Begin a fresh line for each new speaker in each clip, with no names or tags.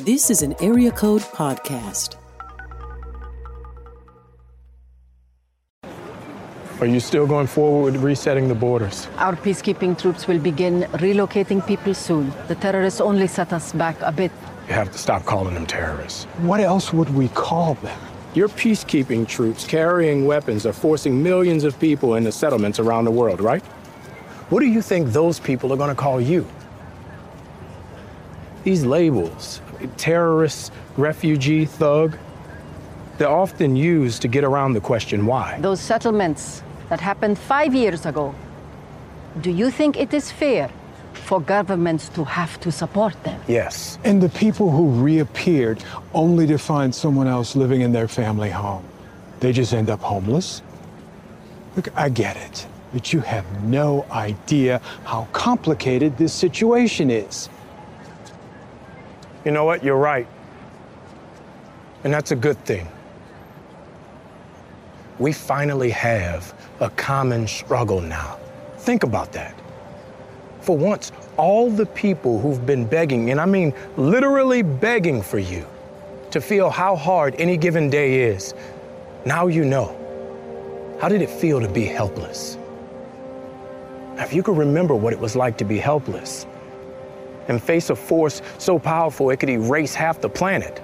This is an Area Code Podcast.
Are you still going forward with resetting the borders?
Our peacekeeping troops will begin relocating people soon. The terrorists only set us back a bit.
You have to stop calling them terrorists.
What else would we call them?
Your peacekeeping troops carrying weapons are forcing millions of people into settlements around the world, right? What do you think those people are going to call you? These labels, terrorist, refugee, thug, they're often used to get around the question why.
Those settlements that happened five years ago, do you think it is fair for governments to have to support them?
Yes.
And the people who reappeared only to find someone else living in their family home. They just end up homeless. Look, I get it, but you have no idea how complicated this situation is.
You know what? You're right. And that's a good thing. We finally have a common struggle now. Think about that. For once, all the people who've been begging, and I mean literally begging for you, to feel how hard any given day is, now you know. How did it feel to be helpless? Now, if you could remember what it was like to be helpless and face a force so powerful it could erase half the planet,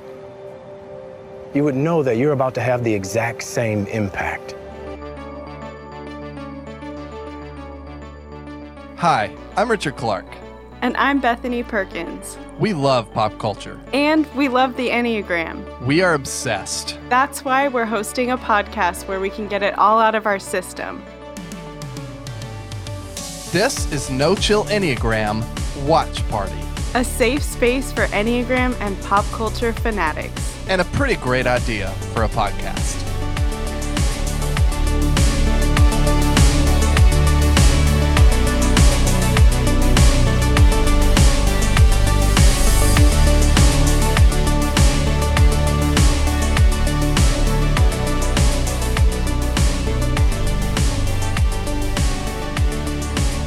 you would know that you're about to have the exact same impact.
Hi, I'm Richard Clark.
And I'm Bethany Perkins.
We love pop culture.
And we love the Enneagram.
We are obsessed.
That's why we're hosting a podcast where we can get it all out of our system.
This is No Chill Enneagram Watch Party,
A safe space for Enneagram and pop culture fanatics.
and a pretty great idea for a podcast.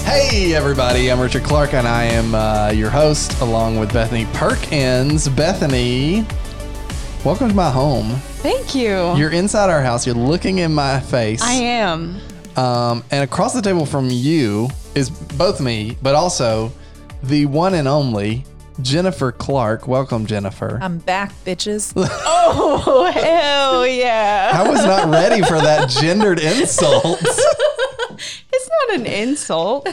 Hey, everybody, I'm Richard Clark, and I am uh, your host along with Bethany Perkins. Bethany, welcome to my home.
Thank you.
You're inside our house, you're looking in my face.
I am.
Um, and across the table from you is both me, but also the one and only Jennifer Clark. Welcome, Jennifer.
I'm back, bitches. oh, hell yeah.
I was not ready for that gendered insult.
It's not an insult.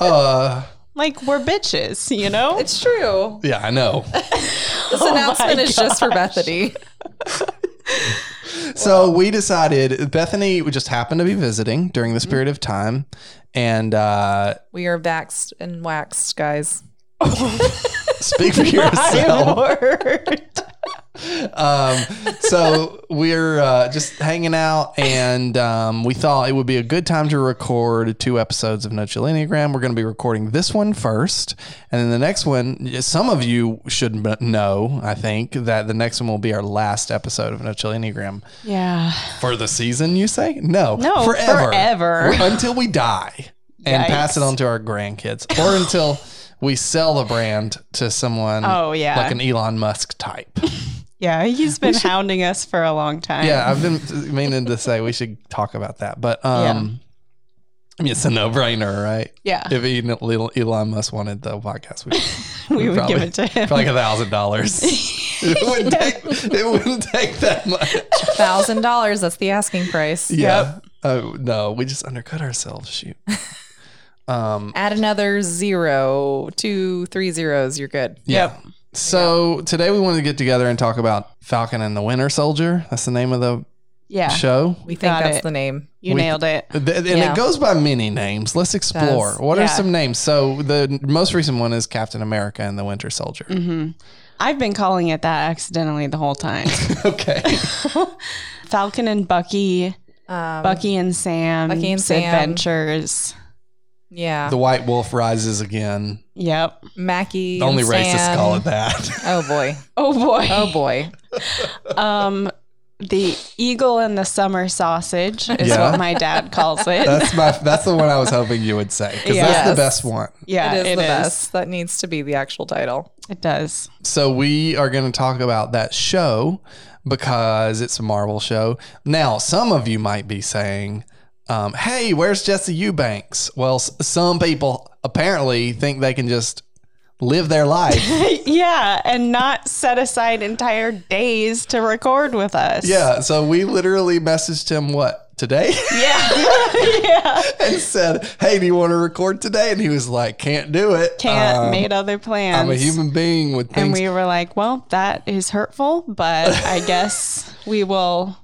Uh,
like we're bitches, you know?
It's true.
yeah, I know.
This announcement is just for Bethany.
So we decided Bethany would just happened to be visiting during
Mm-hmm.
this period of time, and uh,
We are vaxxed and waxed, guys.
speak for yourself. um, so we're uh, just hanging out, and um, we thought it would be a good time to record two episodes of No Chill Enneagram. We're going to be recording this one first, and then the next one. Some of you should m- know, I think, that the next one will be our last episode of No Chill Enneagram
yeah.
for the season. You say no,
No, forever.
We're- until we die and
Yikes.
pass it on to our grandkids, or until. We sell the brand to someone
Oh, yeah.
like an Elon Musk type.
Yeah, he's been hounding us for a long time.
Yeah, I've been meaning to say we should talk about that, but um, I mean, it's a no-brainer, right?
Yeah.
If Elon- Elon Elon Musk wanted the podcast, we,
We would give it to him.
for like a thousand dollars. It wouldn't take. It wouldn't take that much.
Thousand dollars. That's the asking price.
Yeah. Oh no, we just undercut ourselves. Shoot.
Add another zero, two, three zeros. You're good.
Yeah. So today we wanted to get together and talk about Falcon and the Winter Soldier. That's the name of the
Yeah.
show.
We think
Got
that's
it.
the name.
You
We-
nailed it.
Th- and
Yeah.
it goes by many names. Let's explore.
does.
What are
Yeah.
some names? So the n- most recent one is Captain America and the Winter Soldier.
Mm-hmm.
I've been calling it that accidentally the whole time.
Okay.
Falcon and Bucky,
Um,
Bucky and Sam,
Bucky and Sam.
Adventures.
yeah.
the White Wolf rises again.
Yep.
Mackie.
The only
and
racists
Sam.
call it that.
Oh boy.
Oh boy.
Oh boy.
Um The eagle and the summer sausage is
Yeah.
what my dad calls it.
That's my. That's the one I was hoping you would say because that's the
Yes.
best one.
yeah,
it is the best. That needs to be the actual title.
It does.
So we are going to talk about that show because it's a Marvel show. Now, some of you might be saying, um, "Hey, where's Jesse Eubanks?" Well, s- some people apparently think they can just live their life.
Yeah, and not set aside entire days to record with us.
yeah. So we literally messaged him what today.
Yeah. yeah.
and said, "Hey, do you want to record today?" And he was like, "Can't do it.
Can't
Um,
made other plans.
I'm a human being with
And
things."
we were like, well, that is hurtful, but I guess we will.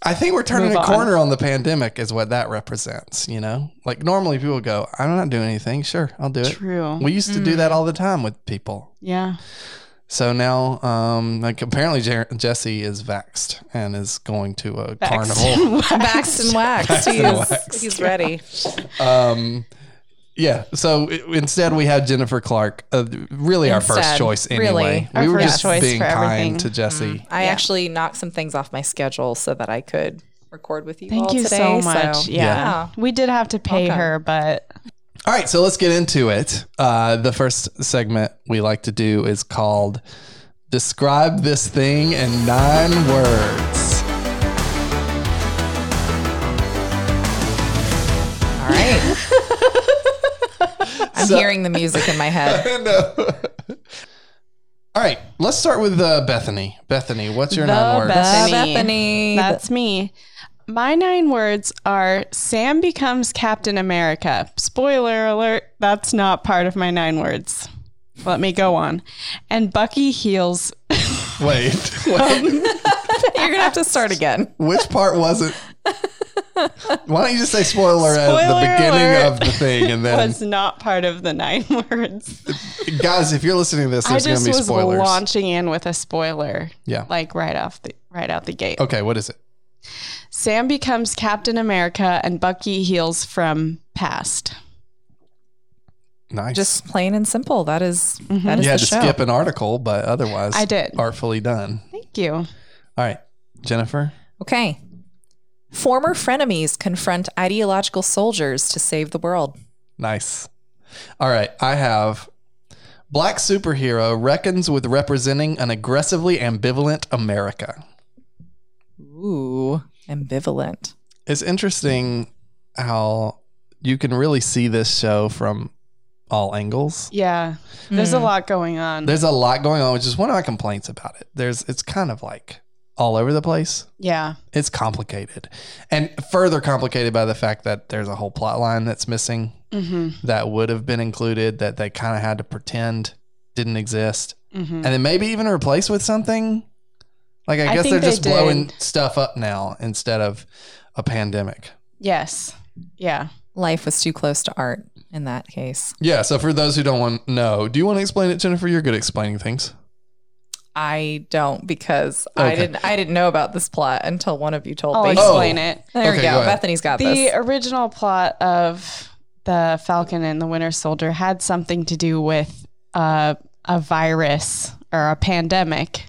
I think we're turning
Move
a
on.
corner on. the pandemic, is what that represents. You know, like normally people go, "I'm not doing anything. Sure, I'll do it."
True. Mm.
We used to do that all the time with people.
Yeah.
So now, um, like apparently Jer- Jesse is vaxxed and is going to a carnival.
Waxed and waxed. he's
and waxed.
he's ready.
Um, yeah. So i instead, we had Jennifer Clark, uh, really our first
Instead,
choice
really.
anyway.
Our
we were
first
just
choice
being
for everything. Mm-hmm.
kind to Jesse.
I actually knocked some things off my schedule so that I could record with you
Thank
all
you
today.
so much. yeah.
Yeah.
We did have to pay her, but
All right, so let's get into it. Uh, the first segment we like to do is called Describe This Thing in Nine Words.
All right. I'm
So-
hearing the music in my head.
All right, let's start with uh, Bethany. Bethany, what's your
The
nine words?
Bethany.
Bethany.
that's me. My nine words are Sam becomes Captain America. Spoiler alert, that's not part of my nine words. Let me go on. And Bucky heals.
Wait,
Um,
wait,
You're gonna have to start again.
which part was it? Why don't you just say spoiler, at
Spoiler
the beginning
alert.
of the thing, and then
Was not part of the nine words.
guys, if you're listening to this,
I
there's going to
just
be
was
spoilers.
launching in with a spoiler,
Yeah. Oh.
like right off the right out the gate.
Okay, what is it?
Sam becomes Captain America, and Bucky heals from past.
Nice.
Just plain and simple. That is-
Mm-hmm.
that is
you
the
had to
show.
skip an article, but otherwise,
I did.
Artfully done.
Thank you.
All right, Jennifer.
Okay. Former frenemies confront ideological soldiers to save the world.
Nice. All right, I have black superhero reckons with representing an aggressively ambivalent America.
Ooh, ambivalent.
It's interesting how you can really see this show from all angles.
Yeah, there's a lot going on.
There's a lot going on, which is one of my complaints about it. There's it's kind of like all over the place.
yeah,
It's complicated. And further complicated by the fact that there's a whole plot line that's missing
hmm
that would have been included that they kind of had to pretend didn't exist
hmm
and then maybe even replace with something like i,
I
guess
think
they're
they
just
did.
blowing stuff up now instead of a pandemic
yes, yeah.
Life was too close to art in that case.
yeah so for those who don't want know do you want to explain it jennifer you're good at explaining things
I don't because I
Okay.
didn't I didn't know about this plot until one of you told
I'll
me.
explain
Oh.
it.
There we
Okay,
go.
go ahead.
Bethany's got
The
this.
original plot of the Falcon and the Winter Soldier had something to do with uh, a virus or a pandemic,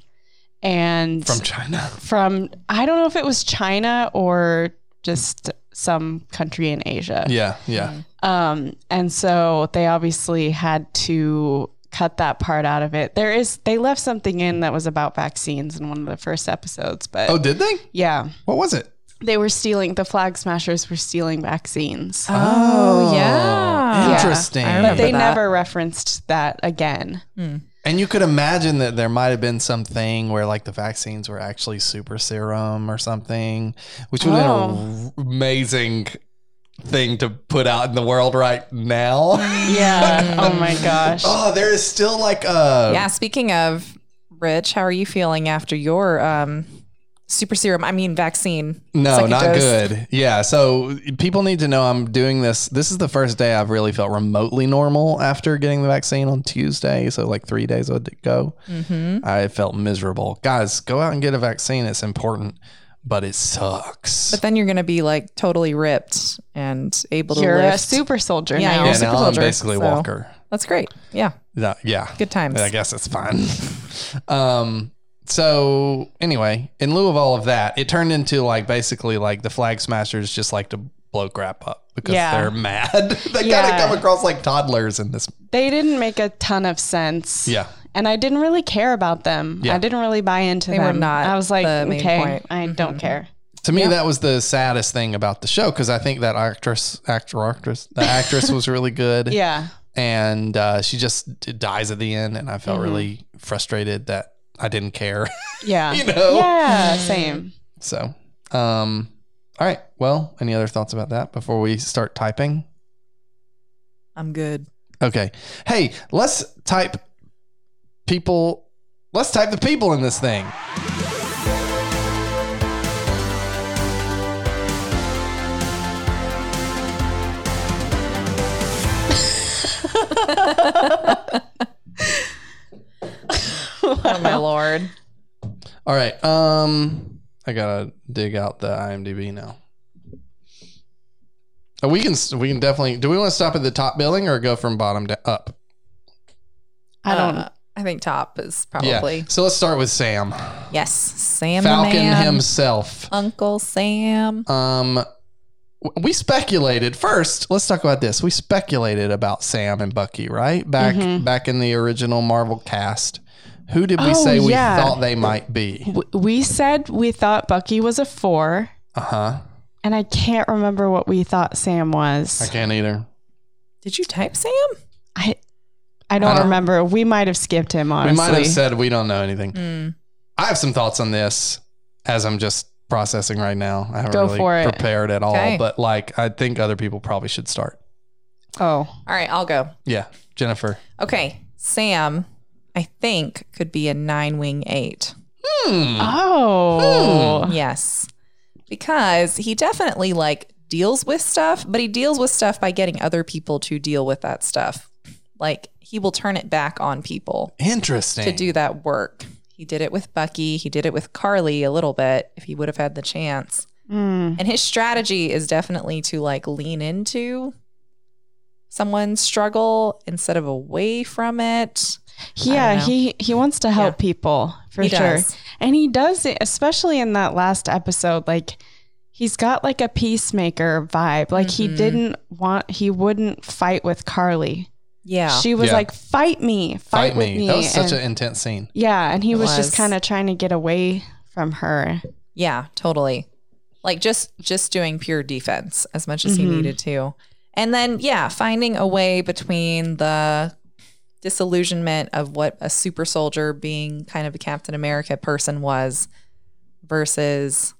and
from china
from I don't know if it was China or just some country in Asia.
yeah yeah
Um, and so they obviously had to cut that part out of it. There is they left something in that was about vaccines in one of the first episodes, but
oh did they
yeah,
what was it
they were stealing the flag smashers were stealing vaccines.
oh yeah.
interesting
I
but
remember
they
that. Mm.
never referenced that again.
and you could imagine that there might have been something where like the vaccines were actually super serum or something which would have been an amazing thing to put out in the world right now
Yeah. oh my gosh.
Oh, there is still like a
Yeah, speaking of Rich, how are you feeling after your um super serum, I mean vaccine?
no,
second
not
dose?
good. Yeah, so people need to know I'm doing this. This is the first day I've really felt remotely normal after getting the vaccine on Tuesday. So like three days ago, I felt miserable. Guys, go out and get a vaccine. It's important, but it sucks.
But then you're gonna be like totally ripped and able to
You're a
lift.
super soldier
Yeah,
now.
you're
yeah,
a super
now I'm
soldier,
basically
so-
Walker.
That's great. Yeah.
No, yeah,
Good times.
I guess it's fine. um, so anyway, in lieu of all of that, it turned into like basically like the flag smashers just like to blow crap up because
Yeah.
they're mad. they kind
Yeah.
of come across like toddlers in this.
They didn't make a ton of sense.
Yeah.
And I didn't really care about them.
Yeah.
I didn't really buy into
They were
them.
not
I was like,
the main
okay,
point. Mm-hmm.
I don't care.
To me, that was the saddest thing about the show because I think that actress, actor, actress, the actress was really good.
Yeah.
and uh, she just d- dies at the end, and I felt
Mm-hmm.
really frustrated that I didn't care.
Yeah.
You know?
Yeah. Same.
so, um, all right. Well, any other thoughts about that before we start typing?
I'm good.
Okay. Hey, let's type people. Let's type the people in this thing.
Oh my lord.
All right. Um, I gotta dig out the IMDb now. Uh, We can s- we can definitely. Do we want to stop at the top billing or go from bottom to up?
I don't.
Uh, I think top is probably
Yeah. So let's start with Sam
yes. Sam the
Falcon
man,
himself.
Uncle Sam.
Um, w- we speculated first. Let's talk about this. We speculated about Sam and Bucky, right? Back back in the original Marvel cast. Who did we
Mm-hmm. Oh,
say we
yeah.
thought they might be?
W- we said we thought Bucky was a four,
Uh huh.
and I can't remember what we thought Sam
I
was.
can't either.
Did you type Sam?
I, I don't
I don't-
remember. We might have skipped him, honestly.
Uh,
Hmm.
We might have said we don't know anything.
Mm.
I have some thoughts on this as I'm just processing right now. I haven't
Go
really
for it.
prepared at all,
Okay.
but like I think other people probably should start.
Oh,
All right, I'll go.
Yeah, Jennifer.
Okay, Sam. I think could be a nine wing eight.
Hmm.
oh,
Yes. Because he definitely like deals with stuff, but he deals with stuff by getting other people to deal with that stuff. Like he will turn it back on people
Interesting.
to do that work. He did it with Bucky, he did it with Carly a little bit if he would have had the chance.
Mm.
And his strategy is definitely to like lean into someone's struggle instead of away from it.
yeah.
know.
He he wants to help people for
He
sure,
does.
and he does it, especially in that last episode. Like he's got like a peacemaker vibe. Like he
Mhm.
didn't want, he wouldn't fight with Carly.
Yeah.
She was
Yeah.
like, "Fight me, fight,
Fight
with
me.
me."
That was such
and-
an intense scene.
Yeah, and he
It
was,
was.
just kind of trying to get away from her.
Mm,
Yeah, totally. Like just just doing pure defense as much as he
Mm-hmm.
Mhm.
needed to. And then yeah, finding a way between the disillusionment of what a super soldier being kind of a Captain America person was versus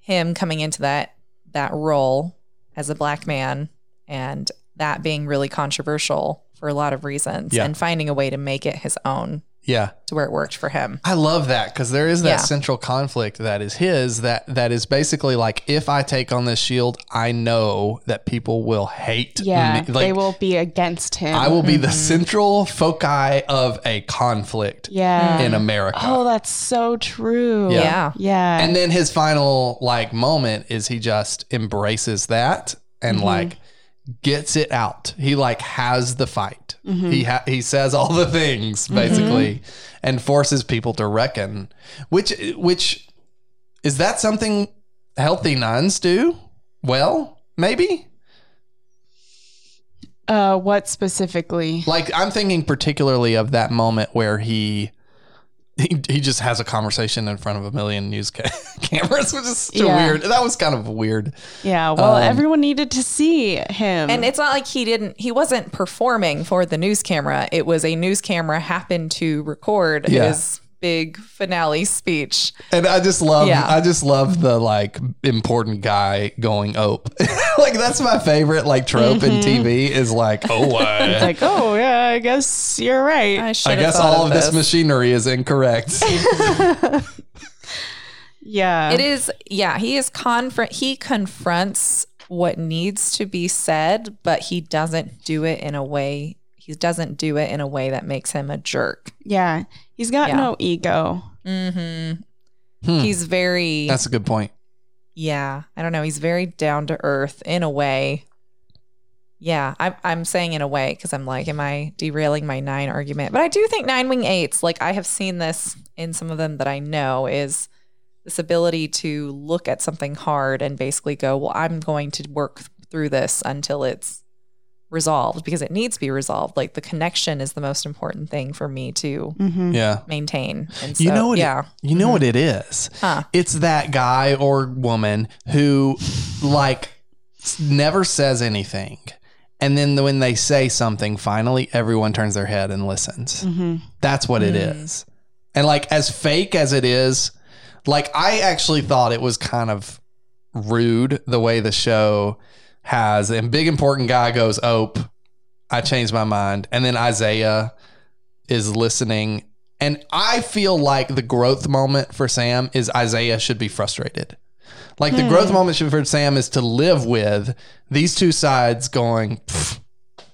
him coming into that that role as a black man and that being really controversial for a lot of reasons
Yeah.
and finding a way to make it his own
Yeah.
to where it worked for him.
I love that because there is that
Yeah.
central conflict that is his that that is basically like if I take on this shield, I know that people will hate
Yeah,
me. Like,
they will Mm-hmm. be against him.
I will be the central foci of a conflict
Mm.
Yeah.
in America.
Oh, that's so true.
Yeah.
Yeah.
Yeah.
and then his final like moment is he just embraces that and like gets it out he like has the fight he ha- he says all the things basically and forces people to reckon which which is that something healthy nuns do well maybe
uh, what specifically?
like i'm thinking particularly of that moment where he he, he just has a conversation in front of a million news ca- cameras which is such a
Yeah.
weird that was kind of weird
Yeah. Well,
Um,
everyone needed to see him.
And it's not like he didn't, he wasn't performing for the news camera. It was a news camera happened to record
Yeah.
his big finale speech.
And I just love,
Yeah.
I just love the like important guy going ope. like that's my favorite like trope in TV is like, oh, I,
It's like, oh yeah, I guess you're right.
I
I
should have
guess
thought
all of
of
this. machinery is incorrect.
yeah.
It is, yeah, he is confront, he confronts what needs to be said, but he doesn't do it in a way, he doesn't do it in a way that makes him a jerk.
Yeah. He's got
Yeah.
no ego.
Mm-hmm.
Hmm.
He's very,
that's a good point.
Yeah, I don't know. He's very down to earth in a way. Yeah, I'm I'm saying in a way because I'm like, am I derailing my nine argument? But I do think nine wing eights. Like I have seen this in some of them that I know is this ability to look at something hard and basically go, well, I'm going to work through this until it's resolved because it needs to be resolved. Like the connection is the most important thing for me to
Yeah.
maintain. And
Mm.
so,
You know what?
yeah. Mm-hmm.
You know what it is.
Huh.
It's that guy or woman who, like, s- never says anything, and then the- when they say something, finally everyone turns their head and listens.
Mm-hmm.
That's what it
Mm.
is. And like, as fake as it is, like I actually thought it was kind of rude the way the show has. And big important guy goes, "Oh, I changed my mind," and then Isaiah is listening. And I feel like the growth moment for Sam is Isaiah should be frustrated. Like the growth moment should- for Sam is to live with these two sides going, "Pfft,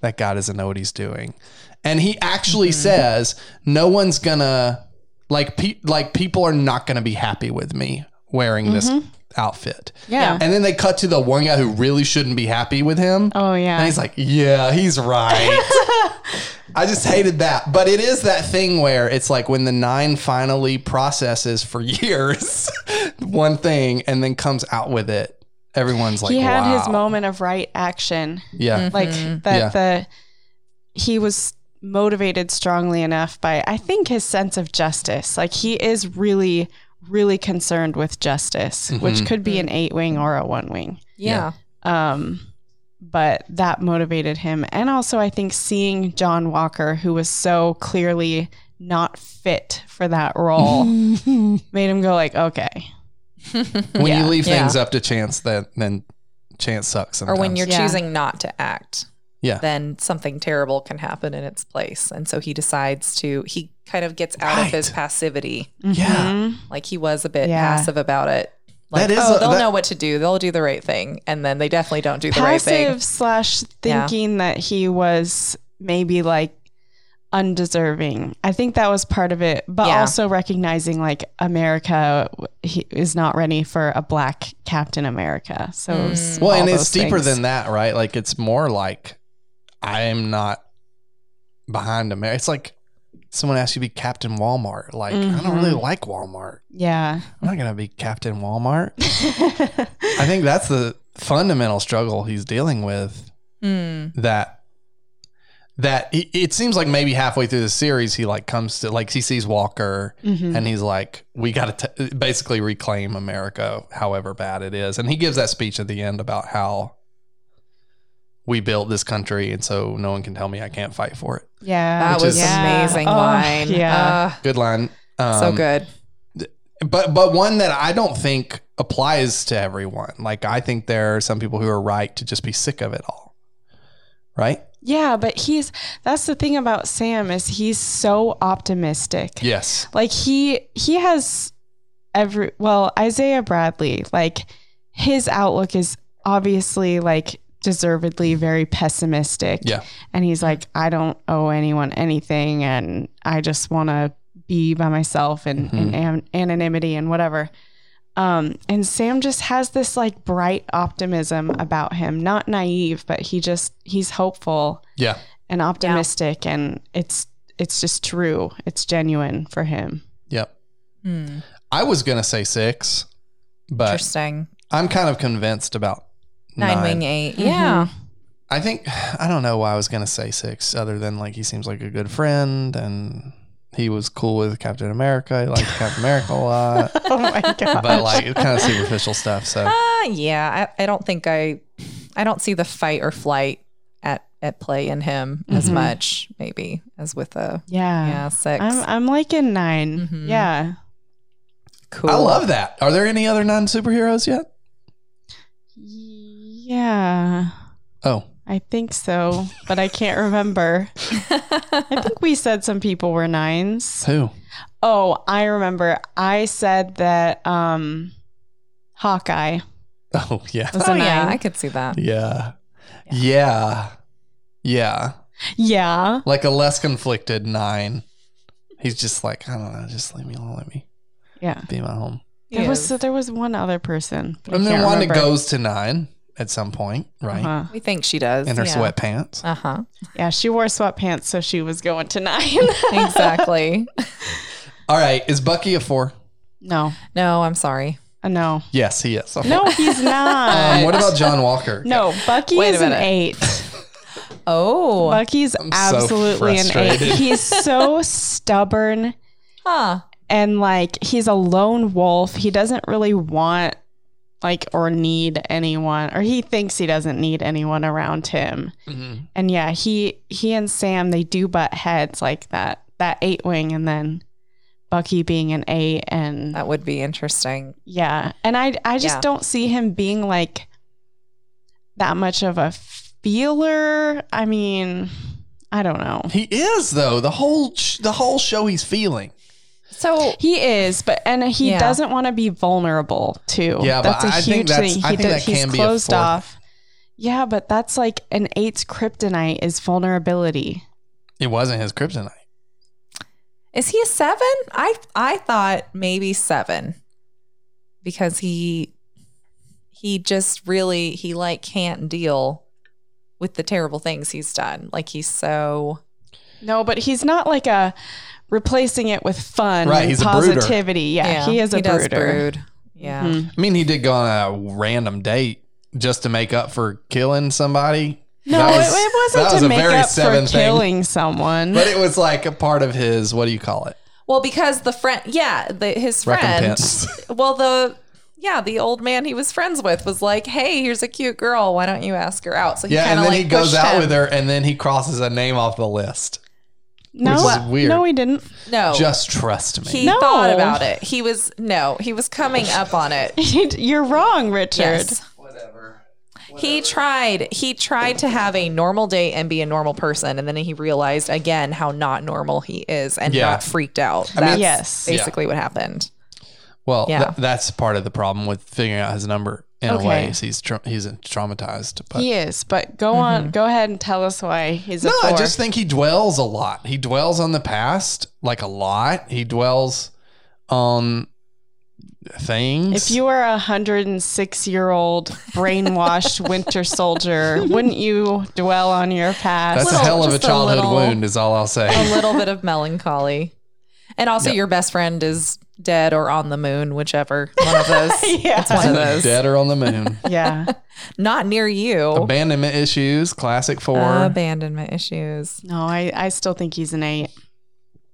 that guy doesn't know what he's doing. And he actually says, no one's gonna like pe- like people are not gonna be happy with me wearing this outfit.
Yeah.
And then they cut to the one guy who really shouldn't be happy with him.
Oh, yeah.
And he's like, yeah, he's right. I just hated that. But it is that thing where it's like when the nine finally processes for years one thing and then comes out with it, everyone's like,
he had
wow.
his moment of right action.
Yeah.
Mm-hmm.
Like
Yeah.
that the he was motivated strongly enough by I think his sense of justice. Like he is really really concerned with justice,
Mm-hmm.
which could be an
Mm.
8-wing or a 1-wing.
Yeah.
Um but that motivated him and also I think seeing John Walker who was so clearly not fit for that role made him go like, "Okay, Mm-hmm.
When you leave
Yeah.
things up to chance, then, then chance sucks.
Or
Sometimes.
when you're
Yeah.
choosing not to act.
Yeah.
Then something terrible can happen in its place. And so he decides to, he kind of gets out of his
Right.
passivity.
Mm-hmm.
Yeah.
Like he was a bit
Yeah.
passive about it. Like,
That is
oh,
a-
they'll
that-
know what to do. They'll do the right thing. And then they definitely don't do the right
passive
thing.
slash
Yeah.
thinking that he was maybe like undeserving. I think that was part of it, but
Yeah.
also recognizing like America w- he is not ready for a black Captain America. So
Mm.
it was
Well,
all
and it's
those
deeper
things.
than that, right? Like it's more like I am not behind a It's like someone asked you to be Captain Walmart. Like I don't really like Walmart.
yeah.
I'm not gonna be Captain Walmart. I think that's the fundamental struggle he's dealing with.
Hmm.
That that it, it seems like maybe halfway through the series he like comes to like he sees Walker
Mm-hmm.
Mm-hmm.
and he's like we got to basically reclaim America however bad it is and he gives that speech at the end about how we built this country and so no one can tell me I can't fight for it.
Yeah.
That
Which
was
is-
amazing
Oh,
line.
yeah.
Good line.
Uh, so
Um,
good.
but but one that I don't think applies to everyone. Like I think there are some people who are right to just be sick of it all. Right?
yeah, but he's that's the thing about Sam is he's so optimistic.
Yes.
like he he has every well isaiah bradley like his outlook is obviously like deservedly very pessimistic
Yeah.
and he's like i don't owe anyone anything and i just want to be by myself and, and an- anonymity and whatever um and sam just has this like bright optimism about him not naive but he just he's hopeful
Yeah.
and optimistic and it's it's just true it's genuine for him
Yep. I was gonna say six, but
Hmm. Interesting.
I'm kind of convinced about
Nine,
nine.
wing 8
Mm-hmm.
Yeah.
I think I don't know why I was gonna say six, other than like he seems like a good friend and he was cool with Captain America. He liked Captain America a lot.
oh my god
But like it's kind of superficial stuff. So
Uh, yeah. I, I don't think I, I don't see the fight or flight at, at play in him as
Mm-hmm.
much, maybe, as with a,
yeah
yeah, 6
i'm i'm like in 9
Mhm.
yeah
cool.
I love that. Are there any other non superheroes yet?
yeah
Oh.
i think so but i can't remember i think we said some people were nines
Who?
oh i remember i said that um hawkeye
Oh yeah.
was
Oh
a nine
yeah, I could see that.
Yeah. Yeah. Yeah.
yeah
Like a less conflicted nine. He's just like, I don't know, just leave me alone, let me
yeah
be my home.
there was there was one other person but I
And then
can't
Wanda
remember.
goes to nine at some point, right?
Uh-huh.
we think she does.
In her sweatpants.
Uh huh.
yeah she wore sweatpants so she was going to nine
Exactly.
All right. Is Bucky a four?
No,
No, I'm sorry.
a no.
Yes, he is. A four.
No, he's not.
Um, what about John Walker?
no, Bucky
Wait a
is an
minute.
eight.
Oh,
Bucky's
so
absolutely an eight.
frustrated.
He's so stubborn
huh.
and like he's a lone wolf. He doesn't really want like or need anyone or he thinks he doesn't need anyone around him.
Mhm.
And yeah, he he and Sam they do butt heads like that. That eight wing and then Bucky being an eight and
That would be interesting.
yeah. And I I just
Yeah.
don't see him being like that much of a feeler. I mean, I don't know.
He is though. The whole sh- the whole show he's feeling.
So
He is, but and he
Yeah.
doesn't want to be vulnerable too.
Yeah, but
a
I think that's- I think that
he's
can be a
closed
fourth.
off. Yeah, but that's like an eight's kryptonite is vulnerability.
It wasn't his kryptonite.
is he a seven? I I thought maybe seven because he he just really he like can't deal with the terrible things he's done. Like he's so
No, but he's not like a replacing it with fun
Right,
and
he's a brooder.
positivity. Yeah, he is a
does
brooder.
brood. Yeah.
Mhm.
I mean, he did go on a random date just to make up for killing somebody.
No,
That was-
it, it wasn't
that was
to
a
make
very
up
seven
for
thing.
killing someone.
But it was like a part of his what do you call it?
Well, because the friend, yeah, the, his friend.
Recompense.
Well, the yeah, the old man he was friends with was like, "Hey, here's a cute girl. Why don't you ask her out?" So he
Yeah,
kind
and
of
then
like
he goes
pushed
out
him.
with her and then he crosses a name off the list.
no,
Which is weird.
no, he didn't.
No,
Just trust me.
he
No.
thought about it. He was no, he was coming up on it.
You're wrong, Richard.
Yes. He tried. He tried to have a normal date and be a normal person, and then he realized again how not normal he is and
Yeah.
got freaked out. That's
mean-
Yes.
basically what happened.
well,
Yeah.
tha- that's part of the problem with figuring out his number in
Okay.
a way. is He's tra- he's traumatized. But
He is, but go on, go ahead and tell us why he's a
no,
four.
I just think he dwells a lot. He dwells on the past like a lot. He dwells on things.
If you were a 106 year old brainwashed winter soldier, wouldn't you dwell on your past?
that's a
little-
hell of a
just a
childhood
little-
wound, is all I'll say.
a little bit of melancholy. And also, your best friend is dead or on the moon, whichever one of those.
Yeah.
It's one of those.
Dead or on the moon.
yeah.
Not near you.
Abandonment issues, classic four.
Uh, Abandonment issues.
No, I, I still think he's an eight.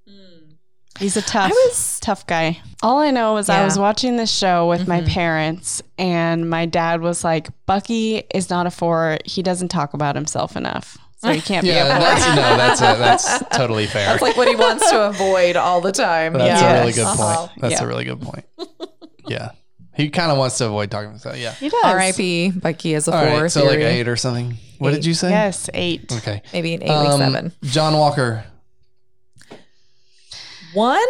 Hmm. He's a tough,
I was-
tough guy. All I know is I
Yeah.
was watching this show with my parents, and my dad was like, "Bucky is not a four. He doesn't talk about himself enough, so he can't
yeah,
be a
that's,
four.
no, that's, a, that's totally fair.
It's like what he wants to avoid all the time. Uh-huh.
That's
yeah.
a really good
Yes.
point. That's
Yeah.
a really good point. Yeah. He kind of wants to avoid talking about that. Yeah.
He does.
R.I.P. Bucky is a
All
four.
right. So like
theory.
eight or something. What did you say?
Yes, eight.
Okay.
Maybe an eight, like
Um,
seven.
John Walker
One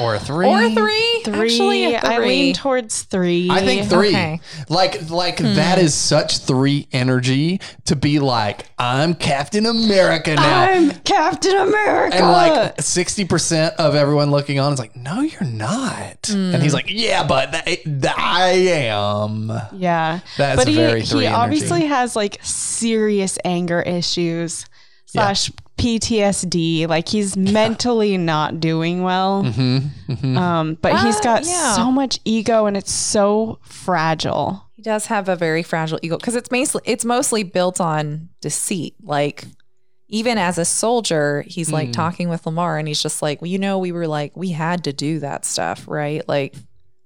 or a three.
or three?
Three.
Actually, a three.
I lean towards three.
I think three.
Okay. Hmm.
Like like that is such three energy to be like I'm Captain
Oh
America now.
I'm Captain America.
and like 60% of everyone looking on is like, no, you're not.
Hmm.
And he's like, yeah, but th- th- I am.
yeah,
That's
but he,
very
he
three energy.
obviously has like serious anger issues slash PTSD. Like he's mentally not doing well.
Mm-hmm,
Um, but he's
Uh,
got
yeah.
so much ego and it's so fragile.
He does have a very fragile ego because it's mostly it's mostly built on deceit. Like even as a soldier, he's like
Hmm.
talking with Lamar and he's just like, well, you know, we were like, we had to do that stuff, right? Like,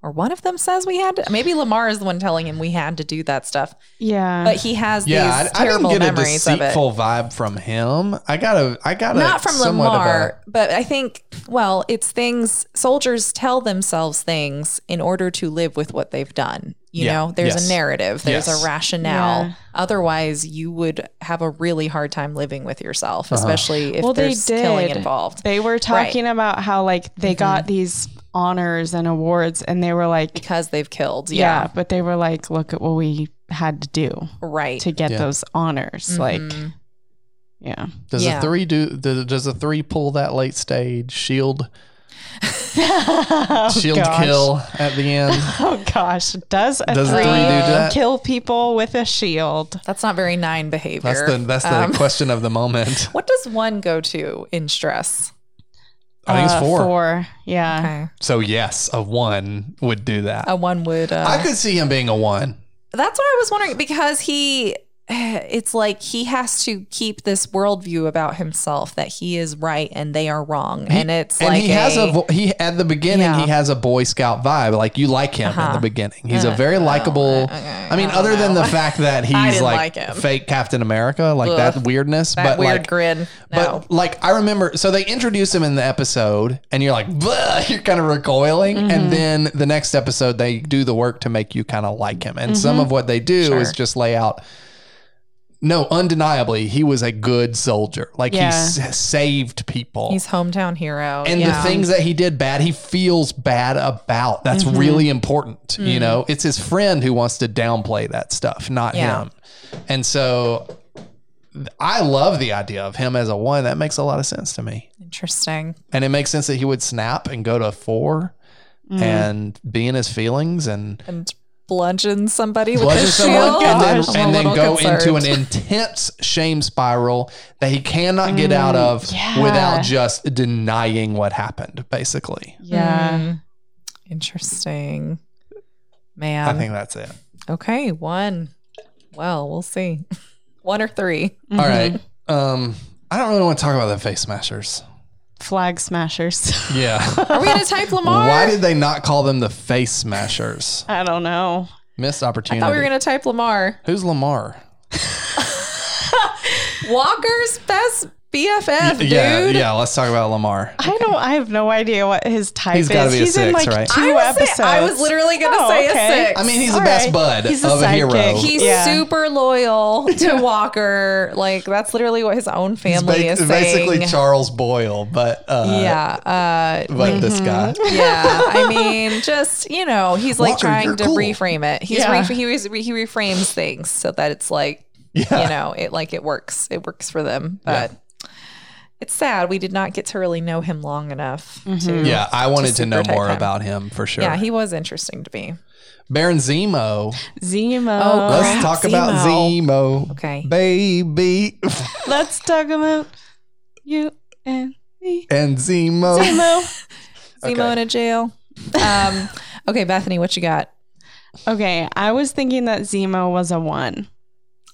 or one of them says we had to. Maybe Lamar is the one telling him we had to do that stuff,
Yeah,
but he has
Uh-huh. Yeah,
these
I, I didn't
terrible
get a
memories of it.
deceitful vibe from him. I got a, I got a
Not from
somewhat of
Lamar, but I think, well, it's things soldiers tell themselves things in order to live with what they've done. You
Yeah.
know, there's
Yes.
a narrative, there's
Yes.
a rationale.
Yeah.
Otherwise, you would have a really hard time living with yourself,
Uh-huh.
especially if
Well, they
there's killing
did.
involved.
they were talking about how like they
Mm-hmm.
got these honors and awards, and they were like,
because they've killed.
yeah,
Yeah.
but they were like, look at what we had to do.
Right. Mm-hmm.
to get
Yeah.
those honors. Like, yeah.
a- does a
Yeah.
three do? Does, does a three pull that late stage shield? shield
gosh.
kill at the end.
Oh gosh, does a
Does a
three,
three do that?
kill people with a shield?
That's not very nine behavior.
That's the that's the
Um,
question of the moment.
what does one go to in stress?
I think it's four.
Uh, Four. Yeah.
Okay.
So yes, a one would do that.
A one would. Uh,
I could see him being a one.
that's what I was wondering because he, it's like he has to keep this worldview about himself that he is right and they are wrong, and it's
And
like
he has a vo- he at the beginning
Yeah. Uh-huh.
he has a Boy Scout vibe. Like you like him at the beginning. He's
Uh,
a
oh,
very likable. I mean, other than the fact that he's
didn't
like,
like him.
fake Captain America, like that weirdness.
that
but
weird
like,
grin. No.
But like I remember, so they introduce him in the episode, and you're like, "Bleh," you're kind of recoiling,
Mm-hmm.
and then the next episode they do the work to make you kind of like him. And some of what they do is
Mm-hmm. Sure.
just lay out. No, undeniably, he was a good soldier. Like he
Yeah.
s- saved people.
he's hometown hero.
and
yeah.
the things that he did bad, he feels bad about. That's
Mm-hmm.
really important.
Mm.
You know, it's his friend who wants to downplay that stuff, not
Yeah.
him. And so I love the idea of him as a one. That makes a lot of sense to me.
Interesting.
And it makes sense that he would snap and go to a four and be in his feelings and
Mm. And bludgeon somebody with
bludgeon
his shield.
someone and then,
I'm a
and then
little
go
concerned.
into an intense shame spiral that he cannot get out
Mm,
of without just denying what happened, basically.
Yeah.
Mm. Interesting. Man.
I think that's it.
okay, one. Well, we'll see. one or three.
All right. Um, I don't really want to talk about the face smashers.
Flag smashers.
Yeah.
Are we gonna type Lamar?
Why did they not call them the face smashers?
I don't know.
Missed
I
opportunity.
thought we were gonna type Lamar.
Who's Lamar?
Walker's best BFF, dude.
Yeah, yeah. Let's talk about Lamar.
I don't. I have no idea what his type
He's
is.
gotta be a
he's in
six,
like
right?
two
I was,
episodes.
say- I was literally gonna
Oh,
say
okay.
a six.
I mean, he's the
All
best
right.
bud
He's a
of a hero.
sidekick.
He's
Yeah.
super loyal to Walker. Like that's literally what his own
He's
family
ba-
is
basically
saying.
Charles Boyle, but uh,
yeah, uh,
but this guy.
yeah. I mean, just you know, he's like
Walker, you're
trying to
cool.
reframe it. He's
Yeah.
re- he re- he reframes things so that it's like
Yeah.
you know, it like it works. It works for them, but. It's sad we did not get to really know him long enough.
Mm-hmm.
To,
Yeah, I wanted to
super
know
tight
more
time.
about him for sure.
yeah, he was interesting to me.
Baron Zemo.
Zemo.
Oh,
Let's
Crap,
talk about
Zemo.
Zemo.
Okay.
Baby
Let's talk about you and me.
and Zemo.
Zemo.
Zemo in a jail. Um, okay, Bethany, what you got?
okay, I was thinking that Zemo was a one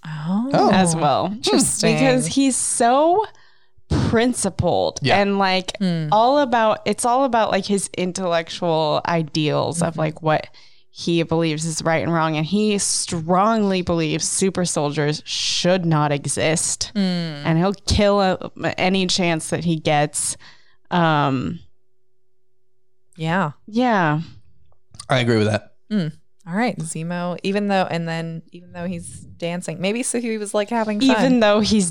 Oh,
as well.
Interesting.
Because he's so principled
Yeah.
and like
Hmm.
all about it's all about like his intellectual ideals
Mm-hmm.
of like what he believes is right and wrong and he strongly believes super soldiers should not exist
Hmm.
and he'll kill uh any chance that he gets um
yeah.
yeah
I agree with that.
All right, Zemo. Even though, and then even though he's dancing, maybe so he was like having fun.
even though he's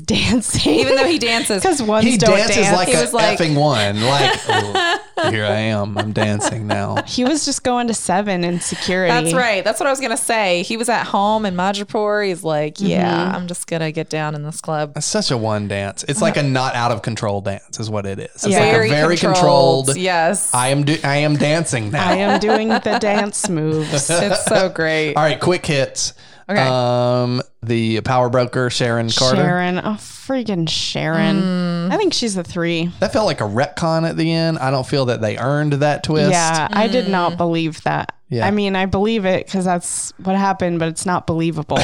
dancing
even though he dances,
because ones
he
don't
dances
dance
like
He
a
was like-
effing one. Like "Oh, here I am. I'm dancing now.
he was just going to seven in security
that's right. That's what I was gonna say. He was at home in Madripoor. He's like,
Mm-hmm.
yeah, I'm just gonna get down in this club.
That's such a one dance. It's like a not out of control dance, is what it is. It's like a very
controlled,
controlled.
Yes,
I am do- I am dancing now.
i am doing the dance moves
it's so great.
All right, quick hits.
Okay.
Um, the power broker Sharon Carter.
Sharon, oh freaking Sharon!
Mm.
I think she's a three.
That felt like a retcon at the end. I don't feel that they earned that twist.
Yeah, I did
Mm.
not believe that.
Yeah.
I mean, I believe it because that's what happened, but it's not believable.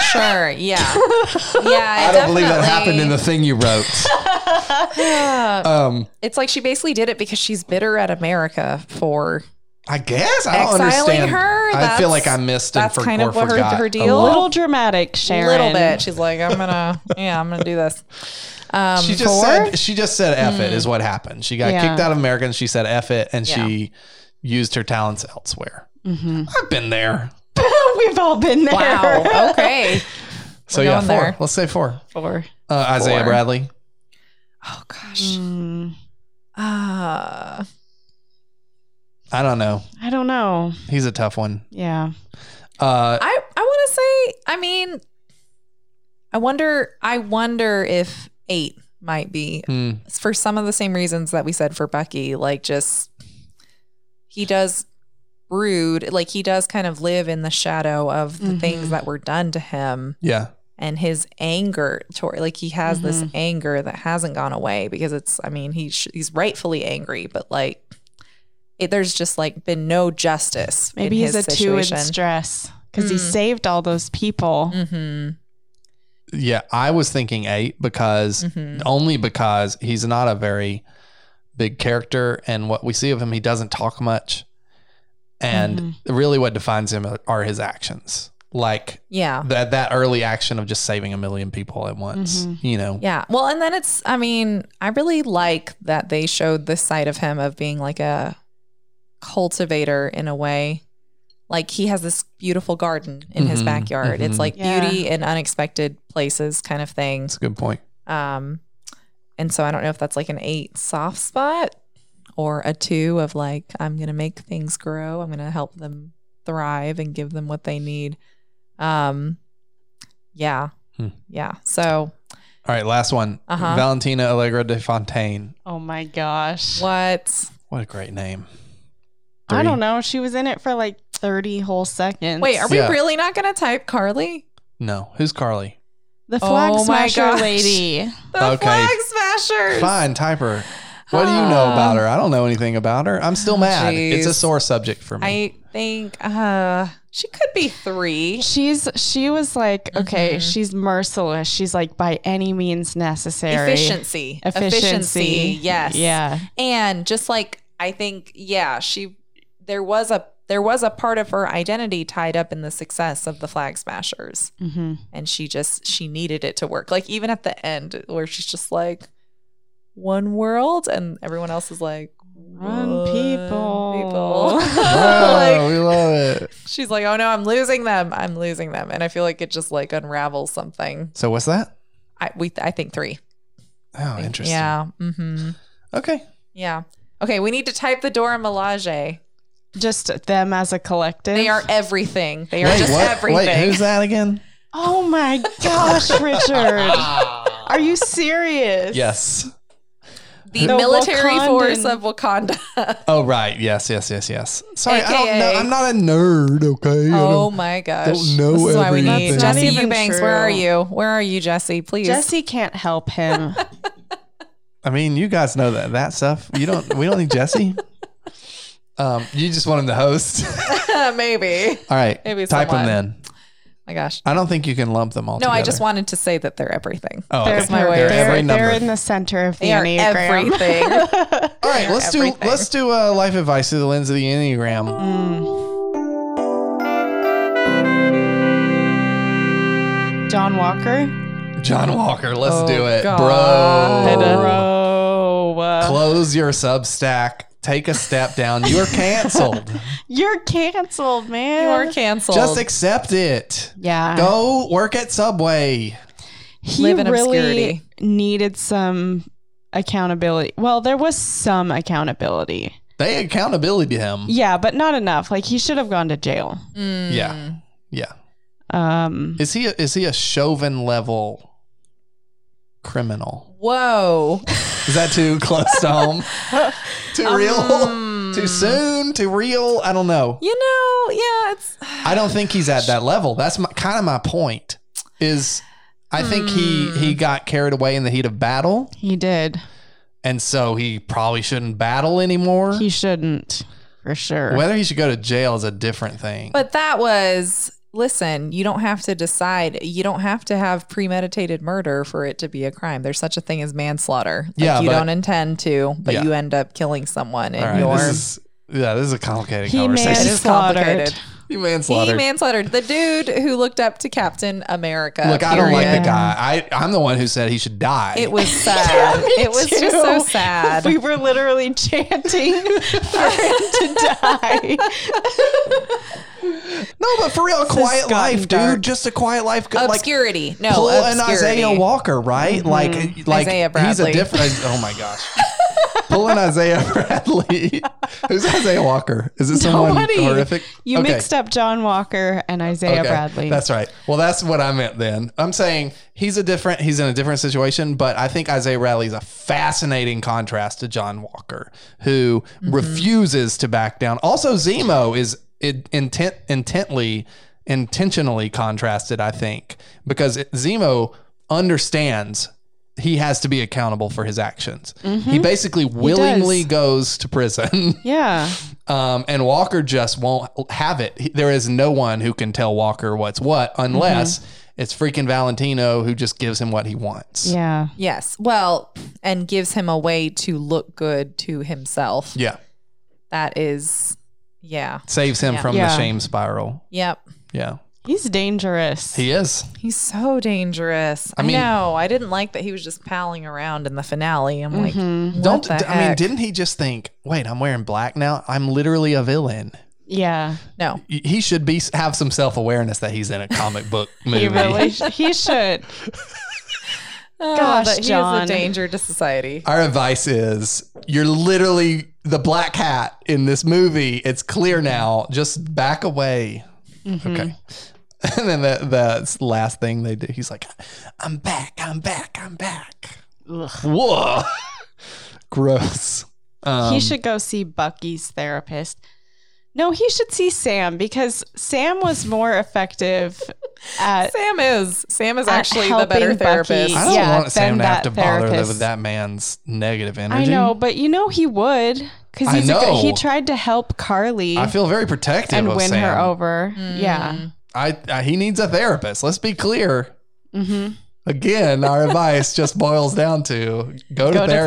Sure. Yeah. Yeah.
I don't believe that happened in the thing you wrote. um,
It's like she basically did it because she's bitter at America for
I guess I don't
Exiling
understand.
her?
I feel
That's-
like I missed and
that's
for,
kind
or
of what her-
forgot
her
a
deal-
a
lot.
little dramatic, Sharon.
a little bit. She's like, I'm gonna, yeah, I'm gonna do this. Um,
She just
four? Mm.
said she just said F it is what happened. She got
Yeah.
kicked out of America and she said F it and she used her talents elsewhere. I've been there.
Mm-hmm. We've all been there.
wow. Okay.
So yeah,
going
four.
there.
Let's say four.
Four.
Uh, Isaiah Bradley.
Oh gosh.
Mm,
Uh,
I don't know.
I don't know.
He's a tough one.
Yeah.
Uh,
I I want to say. I mean, I wonder. I wonder if eight might be
hmm.
for some of the same reasons that we said for Bucky. Like, just he does
Mm-hmm.
brood. Like he does kind of live in the shadow of the things that were done to him.
yeah.
and his anger toward like he has this
Mm-hmm.
anger that hasn't gone away because it's I mean he sh- he's rightfully angry but like it, there's just like been no justice. in
Maybe he's a
his
two in
situation. Mm.
stress because he saved all those people.
Mm-hmm.
Yeah, I was thinking eight because
Mm-hmm.
only because he's not a very big character, and what we see of him, he doesn't talk much, and
Mm-hmm.
really, what defines him are his actions, like
Yeah.
that that early action of just saving a million people at once. You know,
Mm-hmm. Yeah. Well, and then it's, I mean, I really like that they showed this side of him of being like a cultivator in a way. Like he has this beautiful garden in his
Mhm,
backyard.
mhm.
It's like
Yeah.
beauty in unexpected places kind of thing.
that's a good point.
Um, and so I don't know if that's like an eight soft spot or a two of like, I'm going to make things grow. I'm going to help them thrive and give them what they need. Um, yeah.
Hmm.
Yeah. So
All right, last one.
Uh-huh.
Valentina Allegra de Fontaine.
Oh my gosh.
what?
What a great name.
I
Three.
don't know. She was in it for like 30 whole seconds.
Wait, are we
Yeah.
really not going to type Carly?
No, who's Carly?
the
Oh
flag
my
smasher
gosh.
lady.
The
Okay.
flag smashers.
Fine, type her. What do you know about her? I don't know anything about her. I'm still mad. It's a
Oh, Jeez.
sore subject for me.
I think uh she could be three.
She's she was like, okay,
Mm-hmm.
she's merciless. She's like by any means necessary.
Efficiency.
Efficiency.
Yes.
Yeah.
And just like I think, yeah, she there was a there was a part of her identity tied up in the success of the flag smashers.
Mm-hmm.
and she just she needed it to work like even at the end where she's just like one world and everyone else is like
One
"One
people."
people
Wow,
like
we love it.
she's like oh no i'm losing them i'm losing them and i feel like it just like unravels something
So what's that?
i we i think three
Oh, interesting.
yeah mm-hmm
Okay.
yeah okay we need to type the dora Milaje.
Just them as a collective.
they are everything they are
Wait,
just
what?
everything
Wait, who's that again?
Oh my gosh, Richard.
Ah.
Are you serious?
Yes.
the,
The
military force
Wakandan.
of wakanda
Oh, right. Yes, yes, yes, yes. Sorry, I don't know.
AKA.
I'm not a nerd, okay? I
Oh
don't-
my gosh.
don't know
this is why we
everything.
need
That's not
Jesse
even
Eubanks.
true.
Where are you? Where are you, Jesse? Please.
Jesse can't help him.
I mean, you guys know that that stuff. You don't. We don't need Jesse. Um, you just want him to host.
Maybe.
All right,
Maybe
type
someone.
them in.
my gosh.
I don't think you can lump them all.
No,
together.
I just wanted to say that they're everything.
Oh, okay.
They're,
my
they're-
way.
They're
they're-
every
they're
number.
in the center of the
They are
Enneagram.
everything.
all right, let's do
everything.
let's do uh, life advice through the lens of the enneagram.
John Walker.
John Walker, let's do it,
God.
bro.
Bro. uh,
Close your Substack. Take a step down. You're canceled.
You're canceled, man.
you are canceled.
just accept it.
Yeah.
Go work at Subway.
He
Live in
really
obscurity.
needed some accountability. Well, there was some accountability.
They accountability him.
Yeah, but not enough. Like he should have gone to jail.
Yeah, yeah.
Um
Is he a, is he a Chauvin level criminal?
Whoa.
Is that too close to home? too real? too soon? Too real? I don't know.
You know, yeah, it's
I don't think he's at that level. That's my, kind of my point. Is I think he he
Hmm.
got carried away in the heat of battle,
he did.
and so he probably shouldn't battle anymore.
He shouldn't for sure.
Whether he should go to jail is a different thing.
but that was listen, you don't have to decide. You don't have to have premeditated murder for it to be a crime. There's such a thing as manslaughter. Like
Yeah,
you
but-
don't intend to, but
Yeah.
you end up killing someone in
All right,
your
this is, yeah, this is a complicated
He
conversation.
It is
manslaughtered.
complicated.
He
He
manslaughtered.
manslaughtered the dude who looked up to Captain America.
Look, I don't like the
period.
guy. I I'm the one who said he should die.
It was sad.
Me
it was
too.
just so sad.
We were literally chanting for him to die.
no, but for real, a quiet
gotten
life, dude.
dark.
Just a quiet life. Go- Like,
obscurity. no,
pull an
obscurity.
Isaiah Walker, right?
Mm-hmm.
Like, like
Isaiah
he's a
Bradley.
different. Oh my gosh, pull an Isaiah Bradley. Who's Isaiah Walker? Is it someone
Nobody.
horrific?
You mixed up John Walker and Isaiah Bradley.
That's right. Well, that's what I meant then. I'm saying he's a different. He's in a different situation, but I think Isaiah Bradley is a fascinating contrast to John Walker, who
Mm-hmm.
refuses to back down. Also, Zemo is in- intent intently intentionally contrasted, I think, because it- Zemo understands he has to be accountable for his actions.
Mm-hmm.
He basically willingly goes to prison.
Yeah.
Um, and Walker just won't have it. He- There is no one who can tell Walker what's what unless it's freaking Valentino who just gives him what he wants.
Mm-hmm. Yeah.
Yes. Well, and gives him a way to look good to himself.
Yeah.
That is, yeah.
Saves him from the
Yeah.
shame spiral.
Yep.
Yeah.
He's dangerous.
He is.
He's so dangerous. I,
mean-
know. I didn't like that he was just palling around in the finale. I'm
Mm-hmm.
like, what
Don't
the
d- I mean,
heck?
didn't he just think, wait, I'm wearing black now? I'm literally a villain.
yeah.
no.
Y- He should be have some self awareness that he's in a comic book movie.
He really sh- he should.
Oh,
Gosh,
but he is a
John.
danger to society.
Our advice is you're literally the black hat in this movie. It's clear now. Just back away.
Mm-hmm.
Okay. And then the, the last thing they do, he's like, I'm back, I'm back, I'm back. Whoa. Gross. Um,
he should go see Bucky's therapist. No, he should see Sam because Sam was more effective at
Sam is. Sam is
At
actually the
helping
better
Bucky.
therapist.
I don't
yeah,
want Sam
then
to have
that
to bother
therapist.
with that man's negative
I
energy.
know, but you know he would because
I
he's a good-
know.
he tried to help Carly
I feel very protective
and
of
win
Sam.
her over. Yeah.
I, I he needs a therapist. Let's be clear.
Mm-hmm.
Again, our advice just boils down to go, to
Go
therapy.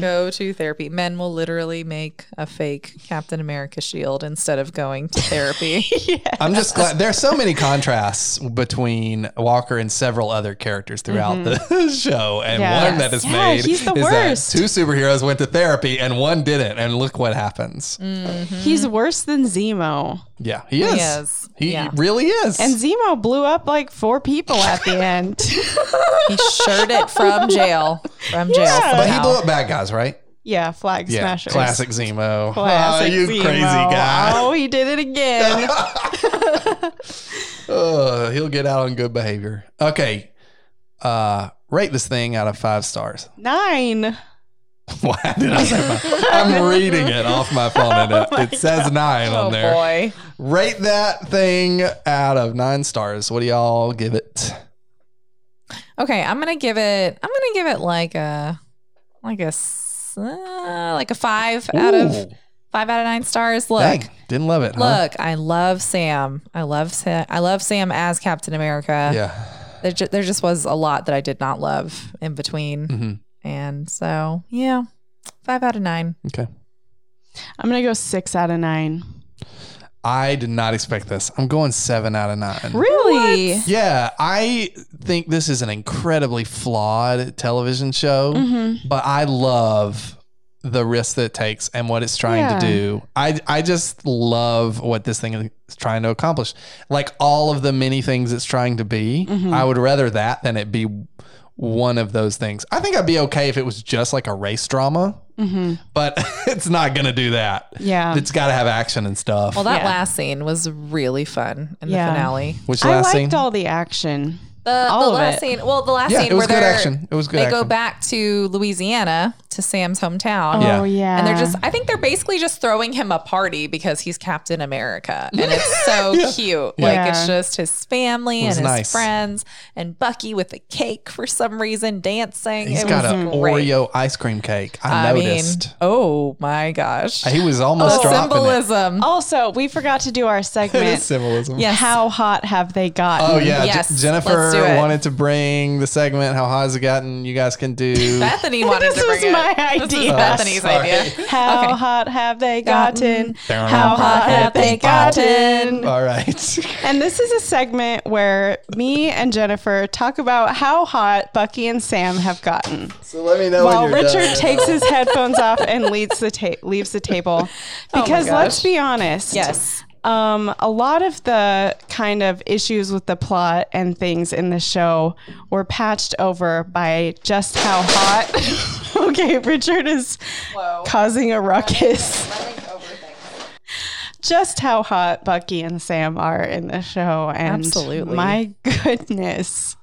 to therapy.
Go to therapy. Men will literally make a fake Captain America shield instead of going to therapy.
I'm just glad there are so many contrasts between Walker and several other characters throughout the show, and
Yeah.
one that is
Mm-hmm. Yeah,
made
he's the
is
worst.
that two superheroes went to therapy and one didn't, and look what happens.
Mm. He's worse than Zemo.
Yeah, he is. He,
is. Yeah.
really is.
And Zemo blew up like four people at the end.
he shirt it from jail. From jail.
but he
somehow.
blew up bad guys, right?
yeah, flag smashers.
classic Zemo.
Classic
oh, you
Zemo.
crazy guy.
Oh, he did it again.
Uh, he'll get out on good behavior. Okay. Uh, rate this thing out of five stars.
Nine.
Why did I say five? I'm reading it off my phone and it, it says nine
Oh,
on there.
boy.
Rate that thing out of nine stars. What do y'all give it?
Okay, I'm gonna give it. I'm gonna give it like a, like a, s- uh, like a five out of
Ooh,
five out of nine stars. Look,
dang, didn't love it. huh?
look. I love Sam. I love Sam. I love Sam as Captain America.
Yeah.
There, ju- there just was a lot that I did not love in between,
Mhm.
and so yeah, five out of nine.
Okay.
I'm gonna go six out of nine.
I did not expect this. I'm going seven out of nine.
Really?
Yeah, I think this is an incredibly flawed television show,
Mm-hmm.
but I love the risk that it takes and what it's trying to
Yeah.
do. I I just love what this thing is trying to accomplish. Like all of the many things it's trying to be,
Mm-hmm.
I would rather that than it be one of those things. I think I'd be okay if it was just like a race drama, but it's not going to do that.
Mm-hmm. Yeah.
It's got to have action and stuff.
Well, that
Yeah.
last scene was really fun in
Yeah.
the finale.
Which
I
last
liked
scene?
all the action.
Uh, The,
All
the
of
last
it.
scene. Well, the last
Yeah,
scene
it was
where
good
they're-
action. It was good
They go
action.
back to Louisiana to Sam's hometown.
Yeah.
Oh yeah.
And they're just, I think they're basically just throwing him a party because he's Captain America. And it's so cute. Like, it's just his family
was
and his
nice.
friends and Bucky with a cake for some reason dancing.
He's
it
got
was
an
great.
Oreo ice cream cake. I,
I mean,
noticed.
oh my gosh.
He was almost
The
dropping it.
symbolism.
also we forgot to do our
It is
segment.
symbolism.
Yes.
How hot have they gotten?
Oh yeah,
Yes,
Je-
let's do
Jennifer
it.
wanted to bring the segment "How High Has It Gotten." You guys can do.
Bethany wanted
This
to bring
was my
it. This was
idea.
Bethany's
Oh, Sorry.
idea.
How
Okay.
hot have they gotten?
Down
How
on
hot
my
have they
head. Ow.
gotten?
All right.
And this is a segment where me and Jennifer talk about how hot Bucky and Sam have gotten.
So let me know
While
when you're
Richard
done.
takes his headphones off and leads the ta- leaves the
Oh
table, because let's be honest,
Yes.
um, a lot of the kind of issues with the plot and things in the show were patched over by just how hot. okay, Richard is causing a ruckus. Just how hot Bucky and Sam are in the show, and
Absolutely.
my goodness,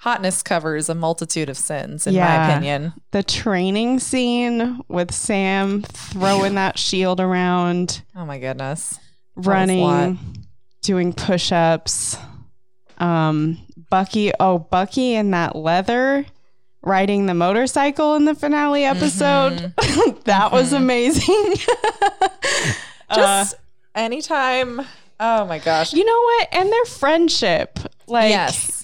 Hotness covers a multitude of sins, in my
Yeah.
opinion.
the training scene with Sam throwing that shield around,
Oh my goodness. was a lot.
running. doing push ups. Um, Bucky, oh, Bucky in that leather riding the motorcycle in the finale episode. that was amazing.
Just anytime. Oh my gosh.
Uh. you know what? And their friendship. Like,
yes.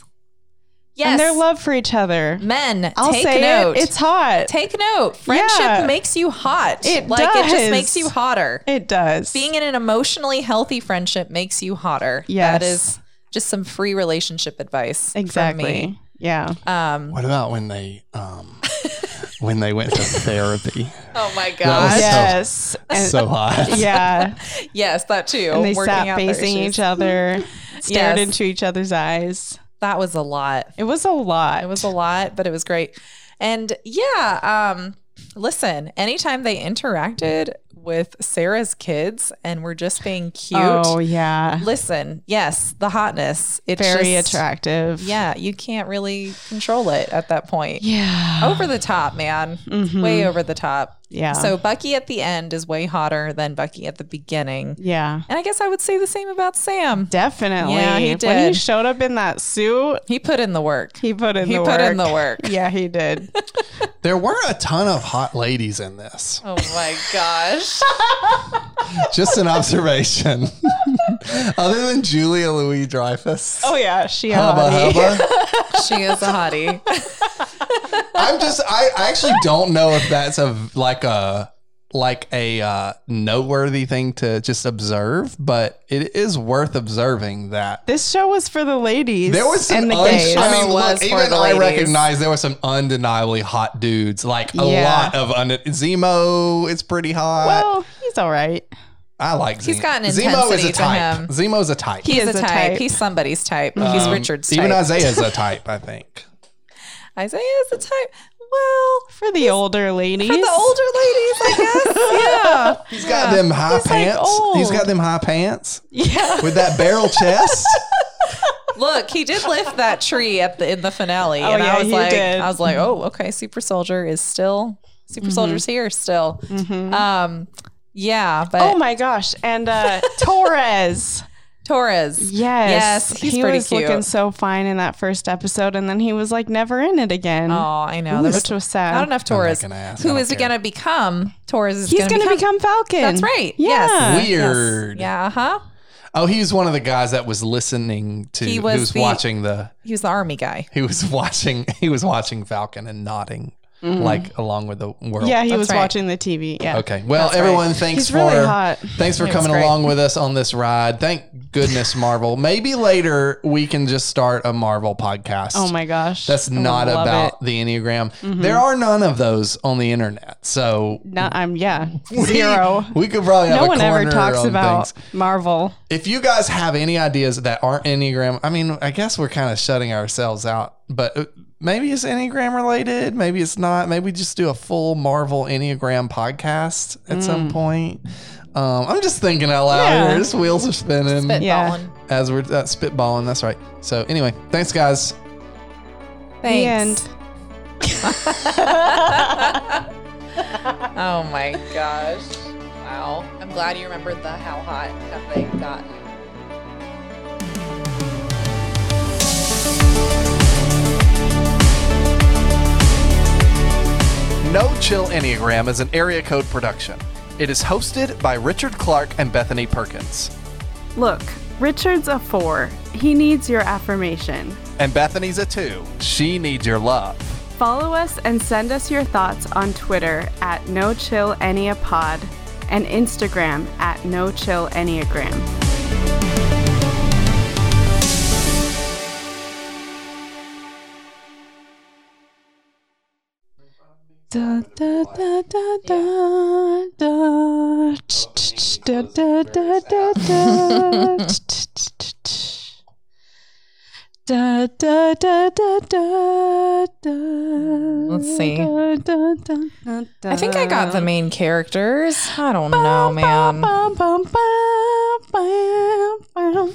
Yes.
and their love for each other.
Men,
I'll
take
say
note.
It, it's hot.
take note. Friendship
Yeah.
makes you hot.
It
like it
does.
just makes you hotter.
it does.
Being in an emotionally healthy friendship makes you hotter.
Yes.
That is just some free relationship advice. from me.
exactly. Yeah.
Um
What about when they um when they went to therapy?
Oh my
was-
gosh.
yes. And-
so hot.
yeah.
Yes, that too.
and they
Working
sat
out their
facing
issues.
each other,
Yes.
stared into each other's eyes.
That was a lot.
It was a lot.
It was a lot, but it was great. And yeah, um, listen, anytime they interacted with Sarah's kids and were just being cute.
Oh yeah.
Listen, yes, the hotness. It's
Very
just-
attractive.
Yeah, you can't really control it at that point.
Yeah. Mm-hmm.
Over the top, man. Way over the top.
Yeah.
So Bucky at the end is way hotter than Bucky at the beginning.
Yeah.
And I guess I would say the same about Sam.
Definitely.
Yeah, he
When he
did.
showed up in that suit,
He put in the work.
he put in
He
the work.
put in the work.
Yeah, he did.
There were a ton of hot ladies in this.
Oh my gosh.
Just an observation. Other than Julia Louis Dreyfus.
oh yeah, she
Hubba
already-
hubba.
she is a hottie.
I'm just I, I actually don't know if that's a like a like a uh, noteworthy thing to just observe, but it is worth observing that
This show was for the ladies.
There was some.
and the
un-
gays.
I mean,
It
look,
was
even
for the
I
ladies.
recognize there were some undeniably hot dudes. Like a
Yeah.
lot of un- Zemo is pretty hot.
well, he's all right.
I like Zemo.
he's got an
Zemo is
intensity
a
to
type.
him.
Zemo's a type.
He, is, a type.
type.
He's somebody's type. He's
Um,
Richard's type.
Even Isaiah's a type, I think.
Isaiah is a type. Well,
For the older ladies. Oh,
for the older ladies, I guess. yeah.
He's got them high pants. he's got them high pants. Yeah. With that barrel chest.
Look, he did lift that tree at the in the finale,
Oh,
and
yeah,
I was
he
like,
did. Mm-hmm.
I was like, oh, okay, Super Soldier is still Super Soldier's here still. Um, yeah, but
Oh my gosh. And uh Torres.
Torres,
Yes.
yes, he's
he
pretty
was
cute.
looking so fine in that first episode and then he was like never in it again.
oh, I know. There was
which was sad.
not enough Torres.
gonna ask. I
Who
don't
is it
care.
going to become? Torres is
He's
going to
going to become Falcon.
That's right.
Yeah.
Yes.
Weird.
Yeah. Uh huh.
Oh, he was one of the guys that was listening to.
He
He was,
was the-
watching the.
He was the army guy.
He was watching. He was watching Falcon and nodding, like along with the world.
Mm-hmm. Yeah, he
That's
was
right.
watching the TV. Yeah.
Okay. Well, everyone, thanks
He's
for
really hot.
thanks for coming
great.
along with us on this ride. Thank goodness, Marvel. Maybe later we can just start a Marvel podcast.
Oh my gosh.
That's
I
not
love
about
it. Mm-hmm.
the Enneagram. There are none of those on the internet. So
No, I'm yeah.
we-
Zero.
We could probably have
no
a
one ever
corner
talks
on
about
things.
Marvel.
If you guys have any ideas that aren't Enneagram, I mean, I guess we're kind of shutting ourselves out, but uh, maybe it's Enneagram related. Maybe it's not. Maybe we just do a full Marvel Enneagram podcast at some point. Um, I'm just thinking out loud
Yeah.
here. Just wheels are spinning
Spitballing.
Yeah.
as we're uh, spitballing. That's right. So, anyway, thanks, guys.
The
Thanks.
end.
Oh my gosh. Wow. I'm glad you remembered the how hot have they gotten.
No Chill Enneagram is an area code production. It is hosted by Richard Clark and Bethany Perkins.
Look, Richard's a four. He needs your affirmation.
And Bethany's a two. She needs your love.
Follow us and send us your thoughts on Twitter at NoChillEnneaPod and Instagram at NoChillEnneagram.
Da, da, da, da, da, da. Ch- ch- ch- da, da, da, da, da. Ch- ch- ch- ch- ch. Da, da, da, da, da, da.
Let's see.
Da, da, da, da,
I think I got the main characters. I don't
da.
know, man.
Bum, bum, bum, bum, bum.